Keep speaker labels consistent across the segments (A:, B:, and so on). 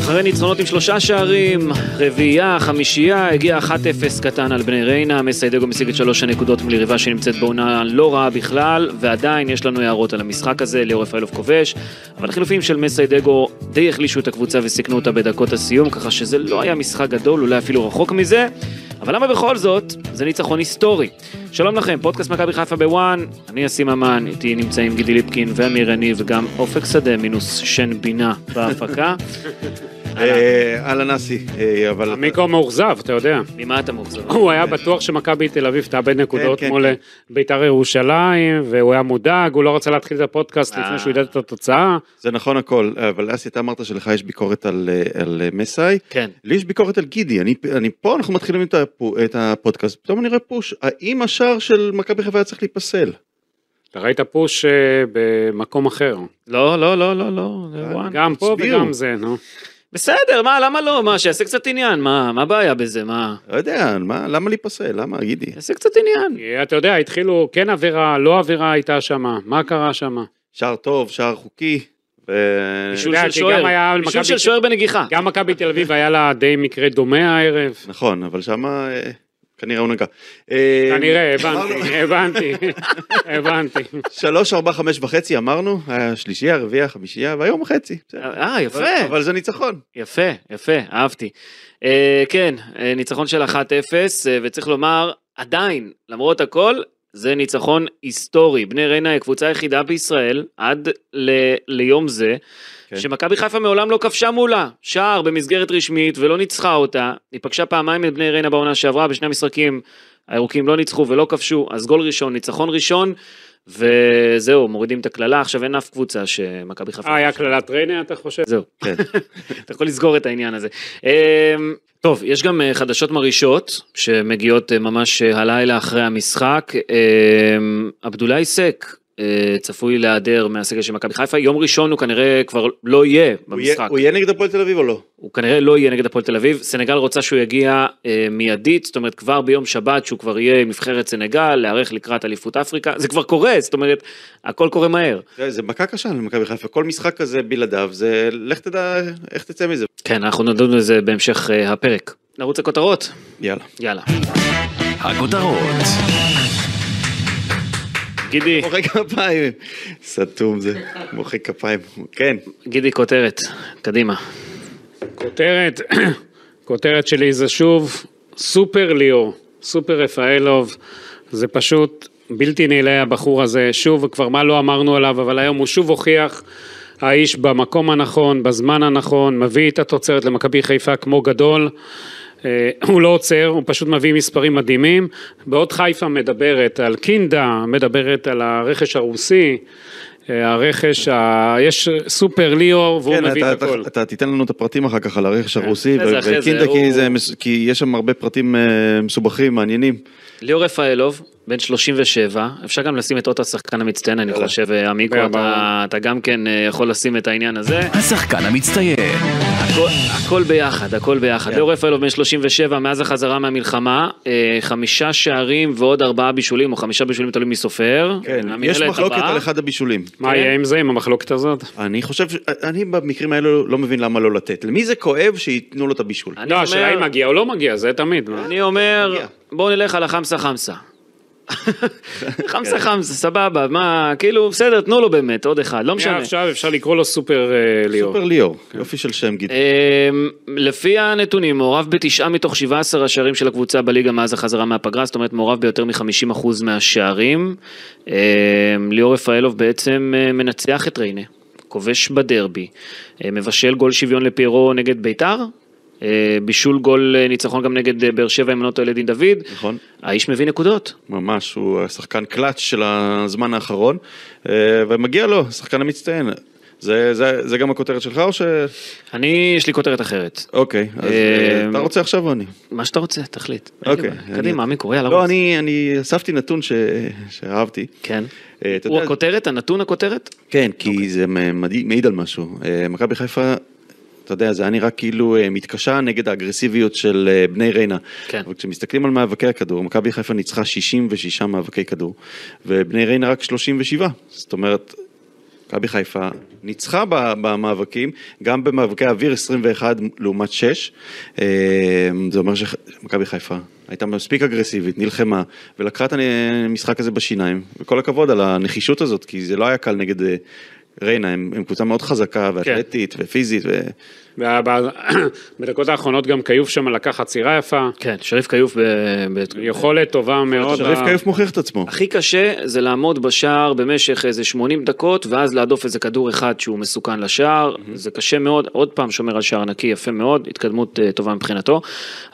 A: אחרי ניצחונות עם שלושה שערים, רביעייה, חמישייה, הגיע 1-0 קטן על בני ריינה, מסיידגו משיג את שלוש הנקודות מול יריבה שנמצאת בעונה לא רעה בכלל, ועדיין יש לנו הערות על המשחק הזה, ליאור רפאלוב כובש, אבל החילופים של מסיידגו די החלישו את הקבוצה וסיכנו אותה בדקות הסיום, ככה שזה לא היה משחק גדול, אולי אפילו רחוק מזה, אבל למה בכל זאת? זה ניצחון היסטורי. שלום לכם, פודקאסט מכבי חיפה בוואן, אני אסי ממן, איתי נמצאים גידי ליפקין ואמיר יניב, וגם אופק שדה מינוס שן בינה בהפקה.
B: אה, אהלן אסי, אה, אבל...
C: עמיקו מאוכזב, אתה יודע.
A: ממה אתה מאוכזב?
C: הוא היה בטוח שמכבי תל אביב תאבד נקודות
B: כן,
C: מול אה,
B: כן.
C: בית"ר ירושלים, והוא היה מודאג, הוא לא רצה להתחיל את הפודקאסט
A: אה.
C: לפני שהוא ידע את התוצאה.
B: זה נכון הכל, אבל אסי, אתה אמרת שלך יש ביקורת על, אה, על אה, מסאי,
A: כן.
B: לי יש ביקורת על גידי, אני, אני פה אנחנו מתחילים את, הפו, את הפודקאסט, פתאום אני רואה פוש, האם השער של מכבי חיפה היה צריך להיפסל?
C: אתה ראית פוש אה, במקום אחר.
A: לא, לא, לא, לא, לא, זה וואן.
C: גם פה
B: הצביעו.
C: וגם זה, נו.
A: בסדר, מה, למה לא? מה, שיעשה קצת עניין, מה, מה הבעיה בזה, מה?
B: לא יודע, מה, למה להיפסל? למה, גידי?
A: יעשה קצת עניין.
C: אה, אתה יודע, התחילו, כן עבירה, לא עבירה הייתה שמה, מה קרה שמה?
B: שער טוב, שער חוקי, ו...
A: בישול
C: יודע,
A: של
C: כי גם היה
A: שוער,
C: על
A: בישול
C: מכבי-
A: של שוער בנגיחה.
C: גם מכבי תל אביב היה לה די מקרה דומה הערב.
B: נכון, אבל שמה אה, כנראה הוא נגע. אה,
C: כנראה, הבנתי, הבנתי, הבנתי.
B: שלוש, ארבע, חמש וחצי אמרנו, היה שלישייה, רביעייה, חמישייה, והיום חצי. בסדר.
A: אה,
B: אבל-
A: יפה,
B: אבל זה ניצחון.
A: יפה, יפה, אהבתי. אה, כן, אה, ניצחון של 1-0, אה, וצריך לומר, עדיין, למרות הכל, זה ניצחון היסטורי. בני ריינה היא הקבוצה היחידה בישראל, עד ל- ליום זה,
B: כן.
A: שמכבי חיפה מעולם לא כבשה מולה. שער במסגרת רשמית ולא ניצחה אותה. היא פגשה פעמיים את בני ריינה בעונה שעברה, בשני המשחקים הירוקים לא ניצחו ולא כבשו, אז גול ראשון, ניצחון ראשון, וזהו, מורידים את הקללה. עכשיו אין אף קבוצה שמכבי חיפה...
C: אה, היה קללת ריינה, אתה חושב?
A: זהו.
B: כן.
A: אתה יכול לסגור את העניין הזה. אמ, טוב, יש גם אה, חדשות מרעישות שמגיעות אה, ממש אה, הלילה אחרי המשחק. אמ, עבדולאי סק אה, צפוי להיעדר מהסגל של מכבי חיפה. יום ראשון הוא כנראה כבר לא יהיה
B: הוא יהיה-
A: במשחק.
B: הוא יהיה נגד הפועל תל אביב או לא?
A: הוא כנראה לא יהיה נגד הפועל תל אביב. סנגל רוצה שהוא יגיע אה, מיידית, זאת אומרת כבר ביום שבת שהוא כבר יהיה עם נבחרת סנגל, להיערך לקראת אליפות אפריקה. זה כבר קורה, זאת אומרת, הכל קורה מהר.
B: זה זה מכה קשה למכבי חיפה, כל משחק כזה בלעדיו, זה לך תדע איך תצא מזה.
A: כן, אנחנו נדון בזה בהמשך אה, הפרק. נרוץ לכותרות?
B: יאללה.
A: יאללה.
D: הכותרות,
A: גידי,
B: מוחא כפיים. סתום זה, מוחא כפיים. כן,
A: גידי כותרת, קדימה.
C: כותרת, כותרת שלי זה שוב, סופר ליאור, סופר רפאלוב, זה פשוט בלתי נעלה הבחור הזה, שוב, כבר מה לא אמרנו עליו, אבל היום הוא שוב הוכיח, האיש במקום הנכון, בזמן הנכון, מביא את התוצרת למכבי חיפה כמו גדול. אה, הוא לא עוצר, הוא פשוט מביא מספרים מדהימים. בעוד חיפה מדברת על קינדה, מדברת על הרכש הרוסי, אה, הרכש, ה... יש סופר ליאור והוא
B: כן,
C: מביא
B: אתה-
C: את הכל.
B: אתה- אתה תיתן לנו את הפרטים אחר כך על הרכש הרוסי,
A: אחרי זה, אחרי זה,
B: וקינדה
A: הוא-
B: כי זה מס- כי יש שם הרבה פרטים אה, מסובכים, מעניינים.
A: ליאור רפאלוב, בן 37, אפשר גם לשים את אות השחקן המצטיין, אני חושב, אה, עמיקו,
C: כן,
A: אתה-
C: ברור.
A: אתה גם כן אה, יכול לשים את העניין הזה.
D: השחקן המצטיין,
A: הכל- הכל ביחד, הכל
B: כן.
A: ביחד. ליאור רפאלוב בן 37, מאז החזרה מהמלחמה, אה, חמישה שערים ועוד ארבעה בישולים, או חמישה בישולים תלוי מסופר.
B: כן,
A: המינהלת
B: יש מחלוקת
A: הבאה.
B: על אחד הבישולים.
C: מה
A: כן.
C: יהיה עם זה, עם המחלוקת הזאת?
B: אני חושב, ש- אני במקרים האלו לא מבין למה לא לתת. למי זה כואב שייתנו לו את הבישול?
A: אני
C: לא,
A: אומר-
C: השאלה אם מגיע או לא מגיע, זה תמיד. מה?
A: אני אומר,
B: מגיע.
A: בואו נלך על החמסה חמסה. חמסה חמסה, סבבה, מה, כאילו, בסדר, תנו לו באמת, עוד אחד, לא משנה.
C: עכשיו אפשר לקרוא לו סופר אה, ליאור.
B: סופר ליאור, יופי של שם גיד.
A: אמ, לפי הנתונים, מעורב בתשעה מתוך 17 השערים של הקבוצה בליגה מאז החזרה מהפגרה, זאת אומרת מעורב ביותר מ-50% מהשערים. אמ, ליאור רפאלוב בעצם אה, מנצח את ריינה, כובש בדרבי, אה, מבשל גול שוויון לפיירו נגד ביתר, אה, בישול גול אה, ניצחון גם נגד אה, באר שבע, אם לא טועה, לדין דוד.
B: נכון.
A: האיש מביא נקודות.
B: ממש, הוא השחקן קלאץ' של הזמן האחרון, אה, ומגיע לו, השחקן המצטיין. זה, זה, זה גם הכותרת שלך או ש...
A: אני, יש לי כותרת אחרת.
B: אוקיי, אז אה, אתה רוצה עכשיו או אני?
A: מה שאתה רוצה, תחליט. אין לי
B: אוקיי.
A: בעיה.
B: אני-
A: קדימה, מיקו, יאללה.
B: לא,
A: רוץ.
B: אני, אני אספתי נתון ש... שאהבתי.
A: כן.
B: אה, אתה
A: הוא אוקיי.
B: יודע-
A: הכותרת, הנתון הכותרת?
B: כן, כי זה מ- מדהים- מעיד על משהו. אה, מכבי חיפה, אתה יודע, זה היה נראה כאילו אה, מתקשה נגד האגרסיביות של אה, בני ריינה.
A: כן.
B: אבל כשמסתכלים על מאבקי הכדור, מכבי חיפה ניצחה 66 מאבקי כדור, ובני ריינה רק 37. זאת אומרת, מכבי חיפה ניצחה ב- במאבקים, גם במאבקי אוויר 21 לעומת 6. זה אומר שמכבי חיפה הייתה מספיק אגרסיבית, נלחמה, ולקחה את המשחק הזה בשיניים. וכל הכבוד על הנחישות הזאת, כי זה לא היה קל נגד אה, ריינה, הם, הם קבוצה מאוד חזקה, ואתלטית, ופיזית, ו...
C: וה- בדקות האחרונות גם כיוף שם לקח עצירה יפה,
A: כן, שריף כיוף ב... ב-
C: יכולת טובה מאוד.
B: שריף
C: ב-
B: כיוף מוכיח את עצמו.
A: הכי קשה זה לעמוד בשער במשך איזה 80 דקות, ואז להדוף איזה כדור אחד שהוא מסוכן לשער. זה קשה מאוד, עוד פעם שומר על שער נקי, יפה מאוד, התקדמות אה, טובה מבחינתו.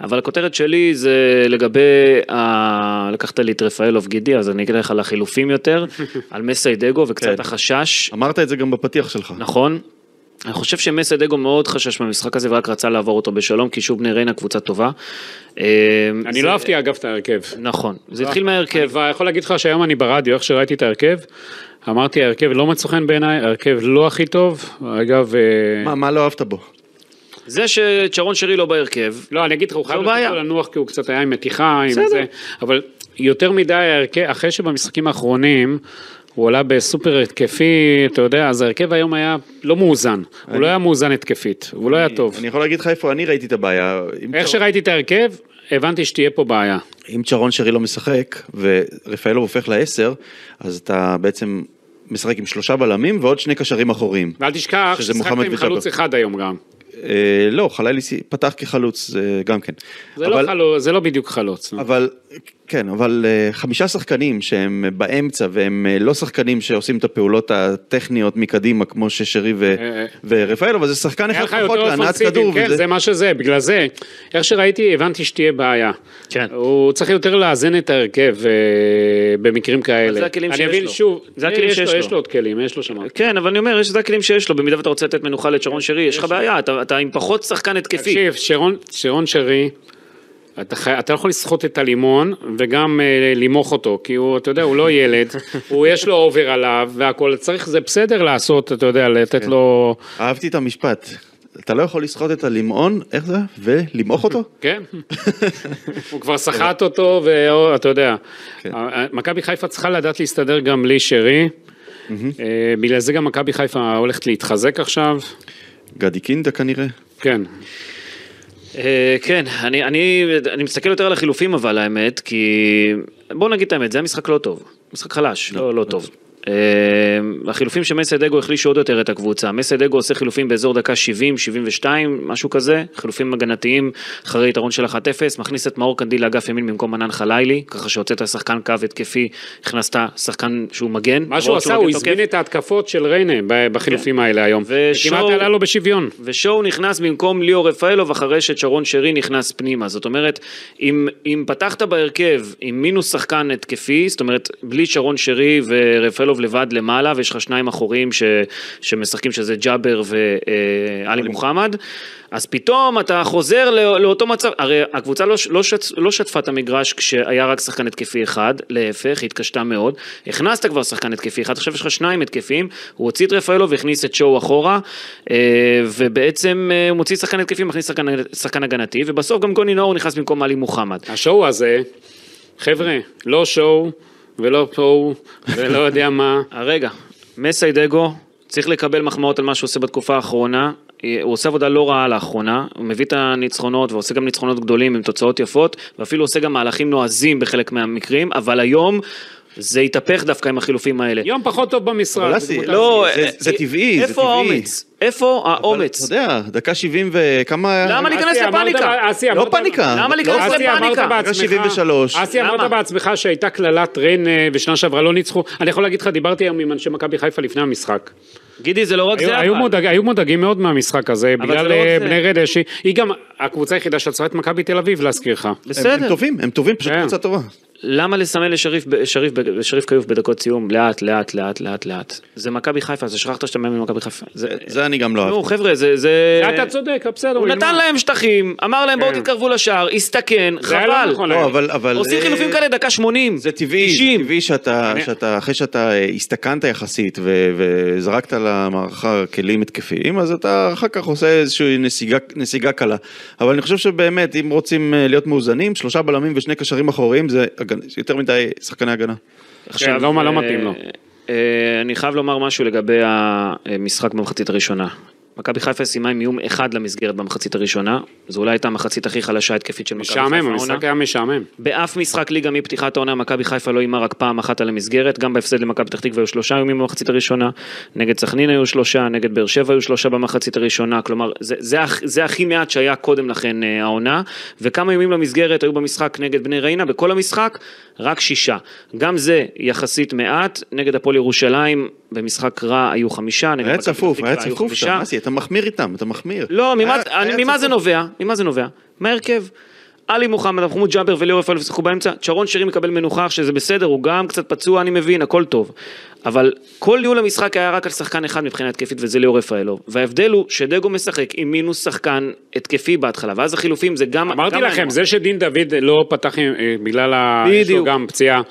A: אבל הכותרת שלי זה לגבי, ה- לקחת לי את רפאלוב גידי, אז אני אגיד לך על החילופים יותר, על מסיידגו וקצת
B: כן.
A: החשש.
B: אמרת את זה גם בפתיח שלך.
A: נכון. אני חושב שמסיידגו מאוד חשש מהמשחק הזה ורק רצה לעבור אותו בשלום, כי שוב בני ריינה קבוצה טובה. אה,
C: אני
A: זה-
C: לא אהבתי אגב את ההרכב.
A: נכון, זה התחיל מההרכב.
C: אני יכול להגיד לך שהיום אני ברדיו, איך שראיתי את ההרכב, אמרתי ההרכב לא מצא חן בעיניי, ההרכב לא הכי טוב, אגב... אה,
B: מה, מה לא אהבת בו?
A: זה שצ'רון שרי לא בהרכב,
C: לא, אני אגיד לך, הוא חייב לתת
A: בעיה.
C: לו לנוח כי הוא קצת היה עם מתיחה, עם
A: בסדר.
C: זה, אבל יותר מדי, ההרכב- אחרי שבמשחקים האחרונים, הוא עלה בסופר התקפי, אתה יודע, אז ההרכב היום היה לא מאוזן, הוא לא היה מאוזן התקפית, הוא לא היה טוב.
B: אני יכול להגיד לך איפה אני ראיתי את הבעיה. עם
C: איך
B: צ'ר-
C: שראיתי את ההרכב, הבנתי שתהיה פה בעיה.
B: אם צ'רון שרי לא משחק, ורפאלוב הופך לעשר, אז אתה בעצם משחק עם שלושה בלמים ועוד שני קשרים אחוריים.
C: ואל תשכח
B: שזה
C: ששחקת
B: מוחמד
C: עם
B: וג'אבר.
C: חלוץ אחד היום גם.
B: אה, לא, חלילי סי- פתח כחלוץ אה, גם כן.
C: זה לא
B: אבל-
C: חלוץ, זה לא בדיוק חלוץ. נו.
B: אבל, כן, אבל אה, חמישה שחקנים שהם באמצע והם אה, לא שחקנים שעושים את הפעולות הטכניות מקדימה, כמו ששרי ו-
C: אה, אה.
B: ורפאלוב, אז זה שחקן
C: היה
B: אחד
C: לך
B: פחות
C: יותר
B: להנעת
C: אופנסיבי,
B: כדור.
C: כן,
B: וזה-
C: זה מה שזה, בגלל זה, איך שראיתי, הבנתי שתהיה בעיה.
A: כן.
C: הוא צריך יותר לאזן את ההרכב אה, במקרים כאלה.
A: זה הכלים
C: אני
A: שיש
C: אבין
A: לו.
C: שוב,
A: זה הכלים
C: יש
A: שיש לו.
C: יש לו עוד כלים, יש לו שם.
A: כן, אבל אני אומר, יש זה הכלים שיש לו, במידה ואתה רוצה לתת מנוחה לצ'רון שרי, יש לך בעיה, אתה- אתה עם פחות שחקן התקפי.
C: תקשיב, שרון- שרון שרי, אתה חי- אתה לא יכול לסחוט את הלימון וגם אה, למוח אותו, כי הוא, אתה יודע, הוא לא ילד, הוא יש לו אובר עליו והכל, צריך, זה בסדר לעשות, אתה יודע, לתת לו,
B: אהבתי את המשפט. אתה לא יכול לסחוט את הלמעון, איך זה? ולמעוך אותו?
C: כן? הוא כבר סחט אותו, ואתה יודע. מכבי חיפה צריכה לדעת להסתדר גם בלי שרי. אה, בגלל זה גם מכבי חיפה הולכת להתחזק עכשיו.
B: גדי קינדה כנראה.
C: כן.
A: אה, כן, אני- אני אני מסתכל יותר על החילופים אבל האמת, כי בוא נגיד את האמת, זה היה משחק לא טוב, משחק חלש, לא לא טוב. אה, החילופים של מסיידגו החלישו עוד יותר את הקבוצה. מסיידגו עושה חילופים באזור דקה 70, 72, משהו כזה. חילופים הגנתיים אחרי יתרון של 1-0. מכניס את מאור קנדיל לאגף ימין במקום ענן חלילי, ככה שהוצאת שחקן קו התקפי, הכנסת שחקן שהוא מגן.
C: מה שהוא
A: למרות
C: עשה, הוא
A: מגן תוקף. כן.
C: הזמין את ההתקפות של ריינה ב- בחילופים האלה היום.
A: ושואו-
C: וכמעט עלה לו בשוויון.
A: ושואו נכנס במקום ליאור רפאלוב אחרי שצ'רון שרי נכנס פנימה. זאת אומרת, אם, אם פתחת בהרכב עם מינוס שחקן התקפי, זאת אומרת, בלי שרון שרי ורפאלוב לבד למעלה, ויש לך שניים אחוריים ש, שמשחקים שזה ג'אבר ואלי מוחמד, אז פתאום אתה חוזר לא, לאותו מצב, הרי הקבוצה לא, ש- לא, שצ, לא שטפה את המגרש כשהיה רק שחקן התקפי אחד, להפך, היא התקשתה מאוד. הכנסת כבר שחקן התקפי אחד, עכשיו יש לך שניים התקפיים, הוא הוציא את רפאלו והכניס את שואו אחורה, אה, ובעצם אה, הוא מוציא שחקן התקפי, מכניס שחקן, שחקן הגנתי, ובסוף גם גוני נאור נכנס במקום עלי מוחמד.
C: השואו הזה, חבר'ה, לא שואו ולא פואו ולא יודע מה.
A: אה, רגע, מסיידגו צריך לקבל מחמאות על מה שהוא עושה בתקופה האחרונה. אה, הוא עושה עבודה לא רעה לאחרונה, הוא מביא את הניצחונות ועושה גם ניצחונות גדולים עם תוצאות יפות, ואפילו עושה גם מהלכים נועזים בחלק מהמקרים, אבל היום זה התהפך דווקא עם החילופים האלה.
C: יום פחות טוב במשרד.
B: אבל
C: זה
B: אסי,
C: מותר.
A: לא,
B: זה-
A: אה,
B: זה
A: אה,
B: טבעי, זה
A: איפה
B: טבעי.
A: האומץ? איפה
B: אתה
A: האומץ?
B: יודע, דקה 70 וכמה... היה?
A: למה להיכנס
C: אסי, אמרת
A: לא לפאניקה?
C: ב- אסי,
B: לא
C: אמרת-
B: פאניקה.
A: למה
B: לא-
A: להיכנס
B: אסי,
C: אסי, אמרת
A: לפאניקה?
C: בעצמך,
B: דקה 73.
C: אסי,
A: למה?
C: אמרת בעצמך שהייתה קללת ריינה ושנה שעברה לא ניצחו. אני יכול להגיד לך, דיברתי היום עם אנשי מכבי חיפה לפני המשחק.
A: גידי, זה לא רק
C: היו-
A: זה,
C: היו
A: אבל.
C: מודאג- היו מודאגים מאוד מהמשחק הזה,
A: אבל זה
C: בגלל
A: לא רק
C: אה,
A: זה.
C: בני רדש. היא- היא גם הקבוצה היחידה שעצרה את מכבי תל אביב, להזכיר לך.
B: הם- הם
A: בסדר.
B: טובים, הם טובים, פשוט
C: כן.
B: קבוצה טובה.
A: למה לסמן לשריף, שריף, שריף כיוף בדקות סיום לאט, לאט, לאט, לאט, לאט? זה מכבי חיפה, זה שכחת שאתה מאמן במכבי חיפה. זה...
B: זה אני גם לא
A: נו,
B: אהבתי.
A: חבר'ה, זה... זה...
C: אתה צודק, בסדר,
A: הוא
C: נגמר.
A: נתן להם שטחים, אמר להם בואו
C: כן.
A: תתקרבו לשער, הסתכן,
C: זה היה לא
A: חבל.
C: נכון,
B: לא, אבל... אבל-
A: עושים
B: אה,
A: חילופים כאלה דקה 80,
B: זה טבעי, זה
A: 90.
B: טבעי שאתה,
C: אני-
B: שאתה, אחרי שאתה אה, הסתכנת יחסית ו- וזרקת למערכה כלים התקפיים, אז אתה אחר כך עושה איזושהי נסיגה, נסיגה קלה. אבל אני חושב שבאמת, אם רוצים אה, להיות מאוזנים, שלושה בלמים ושני קשרים אחוריים זה הגנ- יותר מדי שחקני הגנה.
A: עכשיו,
C: לא- לא
A: אה,
C: מתאים לו.
A: אה, אני חייב לומר משהו לגבי המשחק במחצית הראשונה. מכבי חיפה סיימה עם איום אחד למסגרת במחצית הראשונה, זו אולי הייתה המחצית הכי חלשה התקפית של מכבי חיפה.
C: משעמם,
A: העונה.
C: המשחק היה משעמם.
A: באף משחק ליגה מפתיחת העונה מכבי חיפה לא איימה רק פעם אחת על המסגרת, גם בהפסד למכבי פתח תקווה היו שלושה איומים במחצית הראשונה, נגד סכנין היו שלושה, נגד באר שבע היו שלושה במחצית הראשונה, כלומר זה, זה, הכ- זה הכי מעט שהיה קודם לכן אה, העונה, וכמה איומים למסגרת היו במשחק נגד בני ריינה, בכל המשחק רק שישה. גם זה יחסית מעט, נגד הפועל ירושלים במשחק רע היו חמישה, נגד
B: היה
A: מכבי פתח
B: צפוף,
A: תקווה
B: היה
A: היו
B: צפוף שם,
A: חמישה.
B: אסי, אתה מחמיר איתם, אתה מחמיר.
A: לא, ממה,
B: היה-
A: אני,
B: היה
A: ממה זה
B: צפוף.
A: נובע? ממה זה נובע? מההרכב. עלי מוחמד, מחמוד ג'אבר וליאור רפאלוב שיחקו באמצע, שרון שירי מקבל מנוחה עכשיו, שזה בסדר, הוא גם קצת פצוע, אני מבין, הכל טוב. אבל כל ניהול המשחק היה רק על שחקן אחד מבחינה התקפית, וזה ליאור רפאלוב. וההבדל הוא שדגו משחק עם מינוס שחקן התקפי בהתחלה, ואז החילופים זה גם...
C: אמרתי
A: גם
C: לכם,
A: מעניין.
C: זה שדין דוד לא פתח עם- אה, בגלל ה... יש לו
A: בדיוק.
C: גם פציעה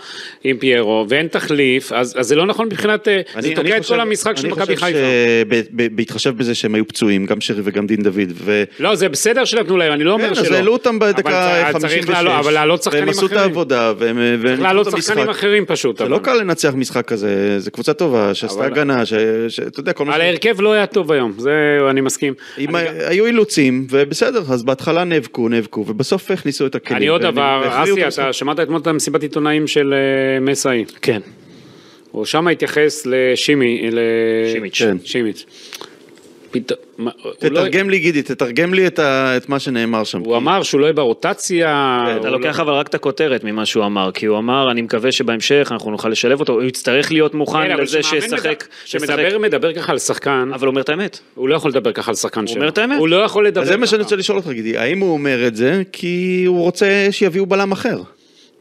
C: עם פיירו, ואין תחליף, אז אז זה לא נכון מבחינת... אה, זה
B: אני
C: תוקע את
B: חושב-
C: כל המשחק של מכבי חיפה.
B: אני חושב שבהתחשב בזה שהם היו פצועים, גם שרי וגם דין דוד, ו...
C: לא, זה בסדר שנתנו להם, אני לא אומר
B: כן,
C: שלא.
B: אז העלו אותם
C: אבל
B: בדקה
C: צריך- אז צריך
B: 56,
C: לעלות- אבל לעלות שחקנים
B: והם עשו
C: אחרים.
B: את העבודה, והם והם
C: צריך
B: ניצחו את
C: לעלות
B: המשחק.
C: שחקנים אחרים פשוט.
B: זה
C: אבל.
B: לא קל לנצח משחק כזה, זו קבוצה טובה, שעשתה
C: אבל-
B: הגנה, ש- שאתה יודע, כל מה
C: אבל
B: ש...
C: ההרכב לא היה טוב היום, זה אני מסכים.
B: אם
C: אני-
B: ה- היו אילוצים, ובסדר, אז בהתחלה נאבקו, נאבקו, ובסוף הכניסו את הכלים.
C: אני עוד
B: והם-
C: דבר,
B: והכריעו את
C: אסי,
B: המשחק.
C: אתה שמעת אתמול את המסיבת עיתונאים של אה, מסאי.
A: כן.
C: אה, הוא שם התייחס לשימי, ל...
A: שימיץ'.
B: כן.
C: שימיץ'. פתאום, מה, הוא לא-
B: תתרגם לי, גידי, תתרגם לי את ה- את מה שנאמר שם.
C: הוא אמר שהוא לא יהיה ברוטציה.
B: כן,
A: אתה
C: הוא לא-
A: לוקח אבל רק את הכותרת ממה שהוא אמר, כי הוא אמר, אני מקווה שבהמשך אנחנו נוכל לשלב אותו, הוא יצטרך להיות מוכן
C: כן, אבל
A: לזה
C: שמאמן
A: שישחק,
C: מדבר-
A: ישחק-
C: שמדבר מדבר ככה על שחקן,
A: אבל הוא אומר את האמת.
C: הוא לא יכול לדבר ככה על שחקן שלו.
A: אומר את האמת.
C: הוא לא יכול לדבר
B: אז
C: ככה.
B: זה מה שאני רוצה לשאול אותך, גידי, האם הוא אומר את זה כי הוא רוצה שיביאו בלם אחר?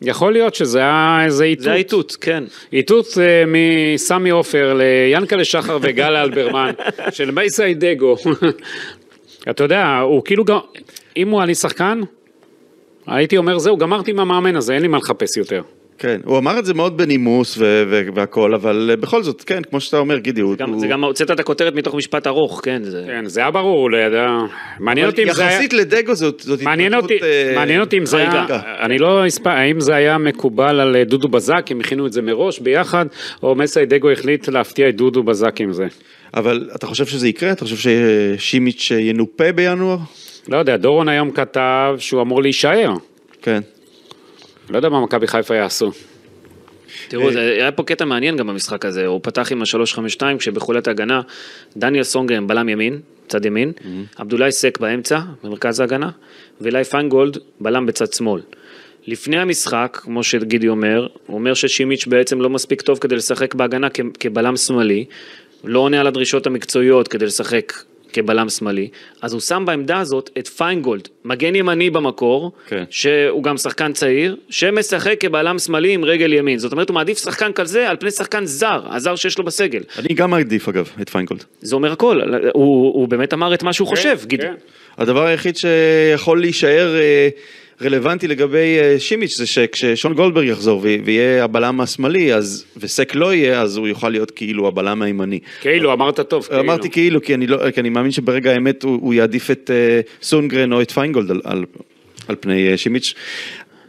C: יכול להיות שזה היה איזה איתות.
A: זה האיתות, כן.
C: איתות אה, מסמי עופר ליענקלה שחר וגל אלברמן, של מייסאי דגו. אתה יודע, הוא כאילו גם, אם הוא אני שחקן, הייתי אומר זהו, גמרתי עם המאמן הזה, אין לי מה לחפש יותר.
B: כן, הוא אמר את זה מאוד בנימוס ו- ו- והכל, אבל אה, בכל זאת, כן, כמו שאתה אומר, גידי, הוא...
A: גם,
B: הוא-
A: זה גם הוצאת את הכותרת מתוך משפט ארוך, כן, זה...
C: כן, זה היה ברור, הוא לא ידע. מעניין
B: אבל
C: אותי אם זה היה...
B: יחסית לדגו זאת, זאת
C: מעניין אותי,
B: התפתחות, אה,
C: מעניין אותי אם זה היה,
B: חריגה.
C: אני לא אספ... האם זה היה מקובל על אה, דודו בזק, אם הכינו את זה מראש ביחד, או מסי דגו החליט להפתיע את דודו בזק עם זה.
B: אבל אתה חושב שזה יקרה? אתה חושב ששימיץ' ינופה בינואר?
C: לא יודע, דורון היום כתב שהוא אמור להישאר.
B: כן.
C: לא יודע מה מכבי חיפה יעשו.
A: תראו, זה היה פה קטע מעניין גם במשחק הזה, הוא פתח עם ה-352 כשבחולת ההגנה, דניאל סונגרן בלם ימין, צד ימין,
B: Mm-hmm.
A: עבדולאי סק באמצע, במרכז ההגנה, ואילי פיינגולד בלם בצד שמאל. לפני המשחק, כמו שגידי אומר, הוא אומר ששימיץ' בעצם לא מספיק טוב כדי לשחק בהגנה כ- כבלם שמאלי, לא עונה על הדרישות המקצועיות כדי לשחק כבלם שמאלי, אז הוא שם בעמדה הזאת את פיינגולד, מגן ימני במקור,
B: כן.
A: שהוא גם שחקן צעיר, שמשחק כבלם שמאלי עם רגל ימין. זאת אומרת, הוא מעדיף שחקן כזה על פני שחקן זר, הזר שיש לו בסגל.
B: אני גם מעדיף, אגב, את פיינגולד.
A: זה אומר הכל, הוא, הוא באמת אמר את מה שהוא חושב,
C: כן,
A: גידי.
C: כן.
B: הדבר היחיד שיכול להישאר אה, רלוונטי לגבי אה, שימיץ' זה שכששון גולדברג יחזור ו- ויהיה הבלם השמאלי, אז, וסק לא יהיה, אז הוא יוכל להיות כאילו הבלם הימני.
C: כאילו, אמרת טוב, כאילו.
B: אמרתי כאילו, כי אני, לא, כי אני מאמין שברגע האמת הוא, הוא יעדיף את אה, סונגרן או את פיינגולד על, על, על פני אה, שימיץ'.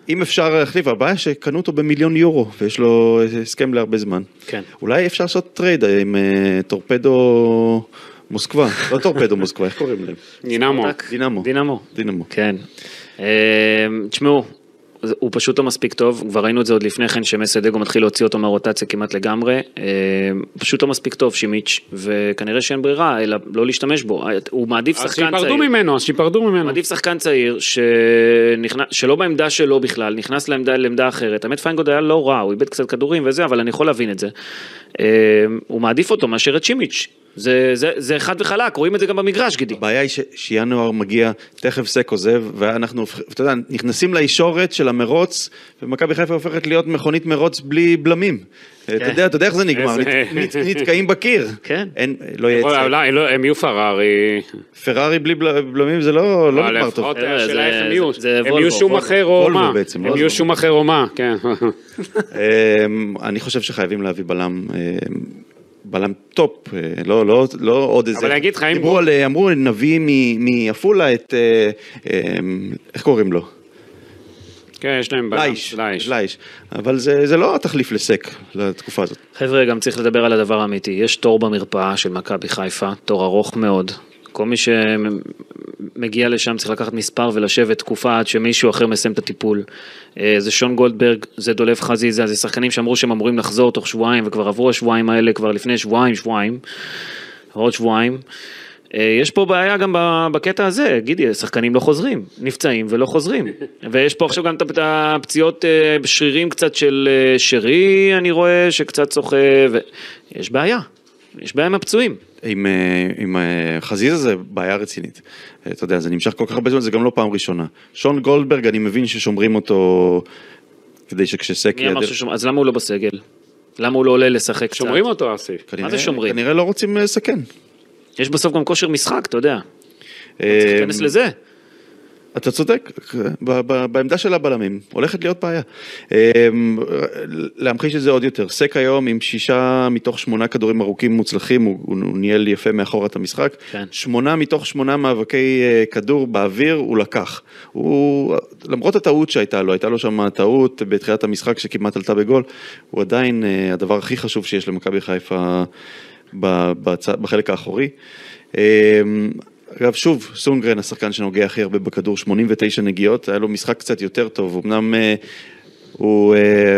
B: אם אפשר להחליף, הבעיה שקנו אותו במיליון יורו, ויש לו הסכם להרבה זמן.
A: כן.
B: אולי אפשר לעשות טרייד עם אה, טורפדו מוסקבה, לא טורפדו מוסקבה, איך קוראים להם?
C: נינמו.
B: דינמו.
A: דינמו.
B: דינמו.
A: כן. אמ, תשמעו, זה- הוא פשוט לא מספיק טוב, כבר ראינו את זה עוד לפני כן, שמסדגו מתחיל להוציא אותו מהרוטציה כמעט לגמרי. אמ, פשוט לא מספיק טוב שימיץ', וכנראה שאין ברירה, אלא לא להשתמש בו. הוא מעדיף
C: אז
A: שחקן צעיר.
C: שיפרדו ממנו, אז שיפרדו ממנו.
A: עדיף שחקן צעיר שנכנס, שלא בעמדה שלו בכלל, נכנס לעמדה, לעמדה אחרת. האמת פיינגוד היה אמ, לא רע, הוא איבד קצת כדורים וזה, אבל אני יכול להבין את זה. אה, הוא מעדיף אותו מאשר את שימיץ'. זה, זה, זה חד וחלק, רואים את זה גם במגרש, גידי.
B: הבעיה היא ש- שינואר מגיע, תכף סק עוזב, ואנחנו, הופכ- אתה יודע, נכנסים לישורת של המרוץ, ומכבי חיפה הופכת להיות מכונית מרוץ בלי בלמים. אתה יודע, אתה יודע איך זה נגמר,
C: כן. איזה-
B: נת- נת- נתקעים בקיר.
A: כן.
B: אין, לא יהיה
C: אולי-
B: צק.
C: אולי לא, הם יהיו פרארי.
B: פרארי בלי בל- בלמים זה לא לא
C: אבל
B: נגמר טוב.
C: לפחות
A: אה, זה-
C: השאלה איך הם יהיו.
A: זה- זה
C: הם
A: וולבו,
C: יהיו שום
A: וולבו.
C: אחר או
B: וולבו
C: מה.
B: בעצם,
C: הם
B: לא
C: יהיו
B: וולבו.
C: שום אחר או מה, כן.
B: אמ, אני חושב שחייבים להביא בלם, אמ, בלם טופ, אה, לא, לא, לא עוד איזה...
C: אבל אני אגיד לך, אם
B: דיברו
C: הוא-
B: על, אה, אמרו, נביא מ- מעפולה את, אה, אמ, איך קוראים לו?
C: כן, יש להם בעיה.
B: לייש.
C: לייש.
B: לייש. אבל זה זה לא התחליף לסק, לתקופה הזאת.
A: חבר'ה, גם צריך לדבר על הדבר האמיתי. יש תור במרפאה של מכבי חיפה, תור ארוך מאוד. כל מי שמגיע לשם צריך לקחת מספר ולשבת תקופה עד שמישהו אחר מסיים את הטיפול. אה, זה שון גולדברג, זה דולב חזיזה, זה שחקנים שאמרו שהם אמורים לחזור תוך שבועיים, וכבר עברו השבועיים האלה כבר לפני שבועיים, שבועיים, עוד שבועיים. אה, יש פה בעיה גם ב- בקטע הזה, גידי, שחקנים לא חוזרים, נפצעים ולא חוזרים. ויש פה עכשיו גם את הפ- את הפציעות אה, שרירים קצת של אה, שרי, אני רואה, שקצת שוחה, ויש בעיה, יש בעיה עם הפצועים.
B: עם, אה, עם אה, חזיזה זה בעיה רצינית. אה, אתה יודע, זה נמשך כל כך הרבה זמן, זה גם לא פעם ראשונה. שון גולדברג, אני מבין ששומרים אותו כדי שכשסק...
A: מי אמר
B: יעדר-
A: ששומע, אז למה הוא לא בסגל? למה הוא לא עולה לשחק קצת?
C: שומרים אותו, אסי.
B: כנראה-
A: זה שומרים?
B: כנראה לא רוצים אה, לסכן.
A: יש בסוף גם כושר משחק, אתה יודע. צריך
B: אה,
A: להיכנס לזה.
B: אתה צודק, ב- ב- בעמדה של הבלמים הולכת להיות בעיה. אמ, להמחיש את זה עוד יותר, סק היום עם שישה מתוך שמונה כדורים ארוכים מוצלחים, הוא, הוא ניהל יפה מאחורה את המשחק.
A: כן.
B: שמונה מתוך שמונה מאבקי אה, כדור באוויר הוא לקח. הוא, למרות הטעות שהייתה לו, הייתה לו שם טעות בתחילת המשחק שכמעט עלתה בגול, הוא עדיין אה, הדבר הכי חשוב שיש למכבי חיפה ב- בצד- בחלק האחורי. אמ, אגב, שוב, סונגרן השחקן שנוגע הכי הרבה בכדור, 89 נגיעות, היה לו משחק קצת יותר טוב, אמנם אה, הוא אה,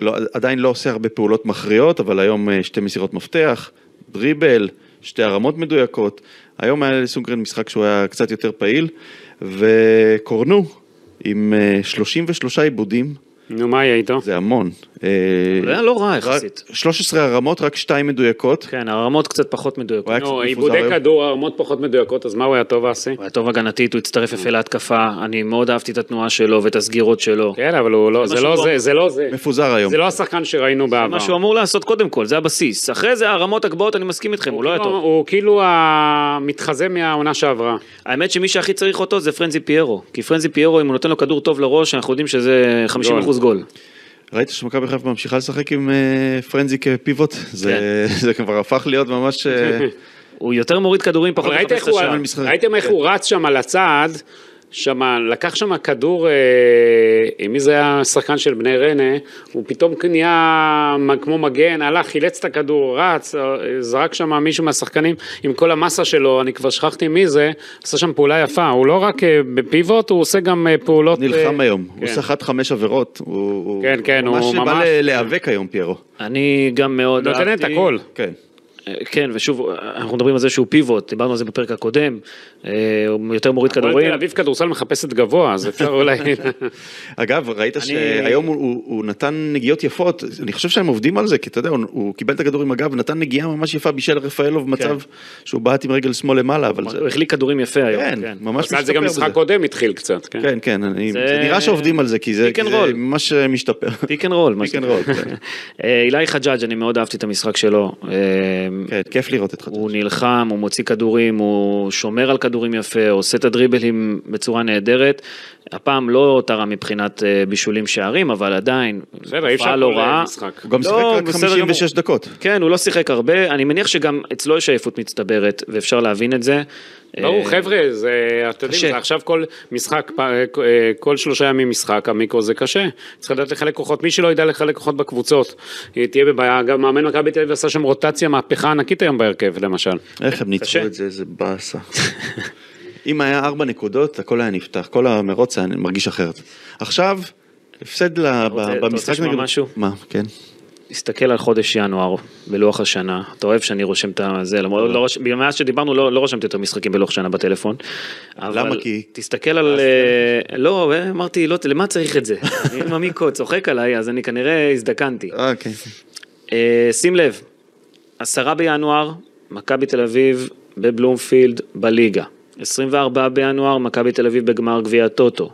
B: לא, עדיין לא עושה הרבה פעולות מכריעות, אבל היום אה, שתי מסירות מפתח, דריבל, שתי הרמות מדויקות. היום היה לסונגרן משחק שהוא היה קצת יותר פעיל, וקורנו עם אה, 33 עיבודים,
C: נו, מה יהיה איתו?
B: זה המון. אה,
A: הוא היה לא רע יחסית.
B: רק 13 הרמות, רק שתיים מדויקות.
A: כן, הרמות קצת פחות מדויקות.
B: הוא היה
C: נו,
B: קצת
C: עיבודי
B: מפוזר היום.
C: כדור, הרמות פחות מדויקות, אז מה הוא היה טוב, אסי?
A: הוא היה טוב הגנתית, הוא הצטרף יפה להתקפה, אני מאוד אהבתי את התנועה שלו ואת הסגירות שלו.
C: כן, אבל הוא לא,
A: זה
C: זה
A: מה
C: לא
A: שהוא
C: זה, זה לא זה.
B: מפוזר היום.
C: זה לא השחקן שראינו בעבר.
A: מה שהוא אמור לעשות קודם כל, זה הבסיס. אחרי זה הרמות הגבוהות, אני מסכים איתכם, הוא לא היה
C: כאילו-
A: טוב.
C: הוא כאילו המתחזה מהעונה שעברה.
A: האמת שמי שהכי צריך אותו זה פרנזי פיירו. כי פרנזי פיירו, אם הוא נותן לו כדור טוב לראש, אנחנו יודעים שזה 50% גול.
B: ראית שמכבי חיפה ממשיכה לשחק עם אה, פרנזי כפיבוט? זה
C: כן.
B: זה כבר הפך להיות ממש... אה,
A: הוא יותר מוריד כדורים, פחות
C: אבל ראית
A: מחפש את
C: איך הוא-
A: השער.
B: משחק.
C: ראיתם איך
B: כן.
C: הוא רץ שם לצד, שם, לקח שם כדור, אה, אה, מי זה היה השחקן של בני רנה, הוא פתאום נהיה מ- כמו מגן, הלך, חילץ את הכדור, רץ, אה, זרק שם מישהו מהשחקנים עם כל המסה שלו, אני כבר שכחתי מי זה, עשה שם פעולה יפה, הוא לא רק אה, בפיבוט, הוא עושה גם אה, פעולות...
B: נלחם
C: אה,
B: היום, הוא
C: כן.
B: סחט חמש עבירות, הוא הוא-
C: כן, כן, הוא
B: בא
C: ממש-
B: ל- להיאבק היום פיירו,
A: אני גם מאוד אהבתי...
C: נותן את הכל.
B: כן.
A: כן, ושוב, אנחנו מדברים על זה שהוא פיבוט, דיברנו על זה בפרק הקודם. אה, הוא יותר מוריד
C: אבל תל
A: כדורים.
C: אביב כדורסל מחפשת גבוה, אז אפשר אולי...
B: אגב, ראית שהיום הוא- הוא הוא נתן נגיעות יפות, אני חושב שהם עובדים על זה, כי אתה יודע, הוא- הוא קיבל את הכדור עם הגב, נתן נגיעה ממש יפה בישל
C: כן.
B: רפאלוב מצב שהוא בעט עם רגל שמאל למעלה, אבל זה...
A: הוא החליק כדורים יפה היום.
B: כן,
A: כן.
B: ממש
C: אבל זה גם
B: משתפר
C: משחק
B: בזה.
C: קודם התחיל קצת, כן.
B: כן, כן, אני-
A: זה-
B: זה נראה שעובדים על זה, כי זה
A: פיק אנד
B: כי זה
A: רול.
B: ממש אה, משתפר.
A: פיק אנד רול. מה
B: פיק אנד
A: שנקרא.
B: רול, כן.
A: אה, אילי חג'אג', אני מאוד אהבתי את המשחק שלו. אה,
B: כן, כיף לראות את חתן.
A: הוא נלחם, הוא מוציא כדורים, הוא שומר על כדורים יפה, עושה את הדריבלים בצורה נהדרת. הפעם לא טרה מבחינת אה, בישולים שערים, אבל עדיין,
C: בסדר, אי אפשר
A: תופעה
C: כל
A: לא רעה.
C: משחק.
B: הוא גם
A: לא,
B: שיחק רק
A: בסדר גמור.
B: 56 דקות.
A: כן, הוא לא שיחק הרבה, אני מניח שגם אצלו יש עייפות מצטברת, ואפשר להבין את זה.
C: ברור,
A: אה,
C: חבר'ה, זה, אתם יודעים,
A: קשה.
C: זה עכשיו כל משחק, פ- אה, כל שלושה ימים משחק, המיקרו זה קשה. צריך לדעת לחלק כוחות, מי שלא ידע לחלק כוחות בקבוצות, היא תהיה בבעיה. אגב, מאמן מכבי תל אביב עשה שם רוטציה, מהפכה ענקית היום בהרכב, למשל.
B: איך הם ניצחו
A: קשה.
B: את זה, איזה באסה. אם היה ארבע נקודות, הכל היה נפתח, כל המרוץ היה מרגיש אחרת. עכשיו, הפסד ל-
A: רוצה- אתה
B: ב-
A: רוצה
B: במשחק
A: לשמוע משהו?
B: מה, כן.
A: תסתכל על חודש ינואר בלוח השנה, אתה אוהב שאני רושם את זה, למרות, לא רש... מאז שדיברנו לא, לא רשמתי יותר משחקים בלוח שנה בטלפון. אבל
B: למה? כי-
A: תסתכל על... אה, לא, אה, אמרתי, לא, למה צריך את זה? אם המיקרו צוחק עליי, אז אני
B: אה, כן,
A: כנראה הזדקנתי.
B: אוקיי.
A: אה, שים לב, עשרה בינואר, מכבי תל אביב בבלומפילד בליגה. 24 בינואר, מכבי תל אביב בגמר גביע הטוטו.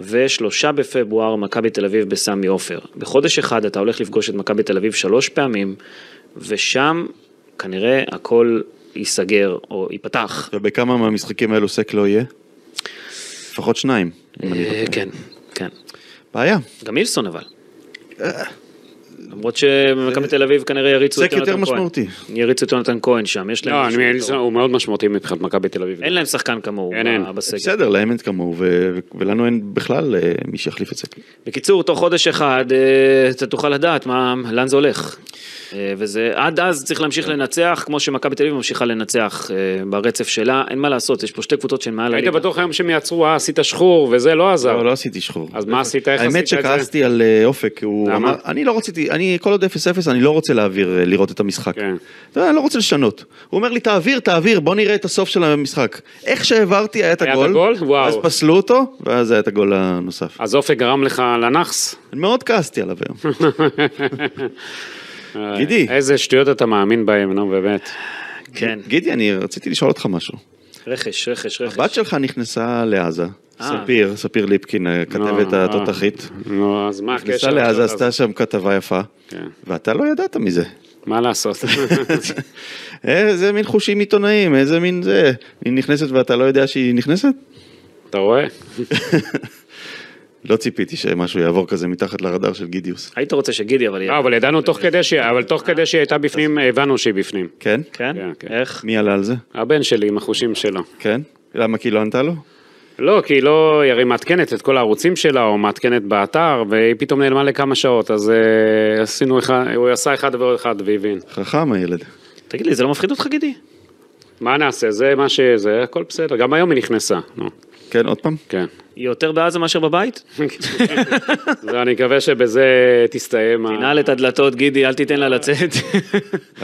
A: ושלושה בפברואר, מכבי תל אביב בסמי עופר. בחודש אחד אתה הולך לפגוש את מכבי תל אביב שלוש פעמים, ושם כנראה הכל ייסגר או ייפתח.
B: ובכמה מהמשחקים האלו סק לא יהיה? לפחות שניים. אם
A: אה,
B: אני זוכר.
A: כן, כן.
B: בעיה.
A: גם אילסון אבל. למרות שמכבי תל אביב כנראה יריצו
B: אה. זה
A: את יונתן
B: יותר
A: כהן.
B: משמעותי.
A: יריצו את יונתן כהן שם, יש להם...
C: לא,
A: איזשהו
C: אני-
A: יתרון.
C: הוא מאוד משמעותי מבחינת מכבי תל אביב.
A: אין להם שחקן כמוהו
C: אין,
A: ב-
C: אין.
A: בסגל.
B: בסדר, להם אין כמוהו, ו- ו- ולנו אין בכלל אה, מי שיחליף את זה.
A: בקיצור, תוך חודש אחד אה, אתה תוכל לדעת מה, לאן זה הולך. אה, וזה, עד אז צריך להמשיך לנצח, כמו שמכבי תל אביב ממשיכה לנצח אה, ברצף שלה, אין מה לעשות, יש פה שתי קבוצות שהן מעל
C: היית
A: הליגה.
C: בטוח היום שהם יעצרו, אה, עשית שחור, וזה לא עזר.
B: לא, לא עשיתי שחור.
C: אז מה עשית, איך עשית
B: האמת
C: את זה?
B: שכעסתי על אה, אופק, הוא
C: למה?
B: אמר, אני לא רציתי, אני כל עוד 0-0, אני לא רוצה להעביר, אה, לראות את המשחק.
C: כן.
B: אתה יודע, אני לא רוצה לשנות. הוא אומר לי, תעביר, תעביר, בוא נראה את הסוף של המשחק. איך שהעברתי, היה את
C: היה את
B: הגול,
C: הגול? וואו.
B: אז פסלו אותו, ואז היה את הגול הנוסף.
C: אז אופק גרם לך לנאחס?
B: אני מאוד כעסתי עליו היום.
C: אה,
B: גידי.
C: איזה שטויות אתה מאמין בהם, נו באמת.
A: כן,
B: גידי, אני רציתי לשאול אותך משהו.
A: רכש, רכש, רכש.
B: הבת שלך נכנסה לעזה,
A: אה.
B: ספיר, ספיר ליפקין, אה, כתבת
C: אה,
B: התותחית.
C: נו, אז מה הקשר?
B: נכנסה לעזה, עשתה שם כתבה יפה,
C: כן.
B: ואתה לא ידעת מזה.
C: מה לעשות?
B: איזה אה, מין חושים עיתונאיים, איזה מין זה, היא נכנסת ואתה לא יודע שהיא נכנסת?
C: אתה רואה?
B: לא ציפיתי שמשהו יעבור כזה מתחת לרדאר של גידיוס.
A: היית רוצה שגידי, אבל...
C: לא, אבל ידענו תוך כדי שהיא, אבל תוך כדי שהיא הייתה בפנים, הבנו שהיא בפנים.
B: כן?
A: כן?
C: כן, כן.
A: איך?
B: מי עלה על זה?
C: הבן שלי עם החושים שלו.
B: כן? למה כי לא ענתה לו?
C: לא, כי היא לא, היא הרי מעדכנת את כל הערוצים שלה, או מעדכנת באתר, והיא פתאום נעלמה לכמה שעות, אז אה, עשינו אחד, הוא עשה אחד ועוד אחד והבין.
B: חכם הילד.
A: תגיד לי, זה לא מפחיד אותך, גידי?
C: מה נעשה, זה מה שזה, הכל בסדר, גם היום היא נכנסה, נו,
B: כן, עוד פעם?
C: כן.
A: היא יותר בעזה מאשר בבית?
C: אה. ואני מקווה שבזה תסתיים. ה-
A: נעל את הדלתות, גידי, אל תיתן
C: אה.
A: לה לצאת.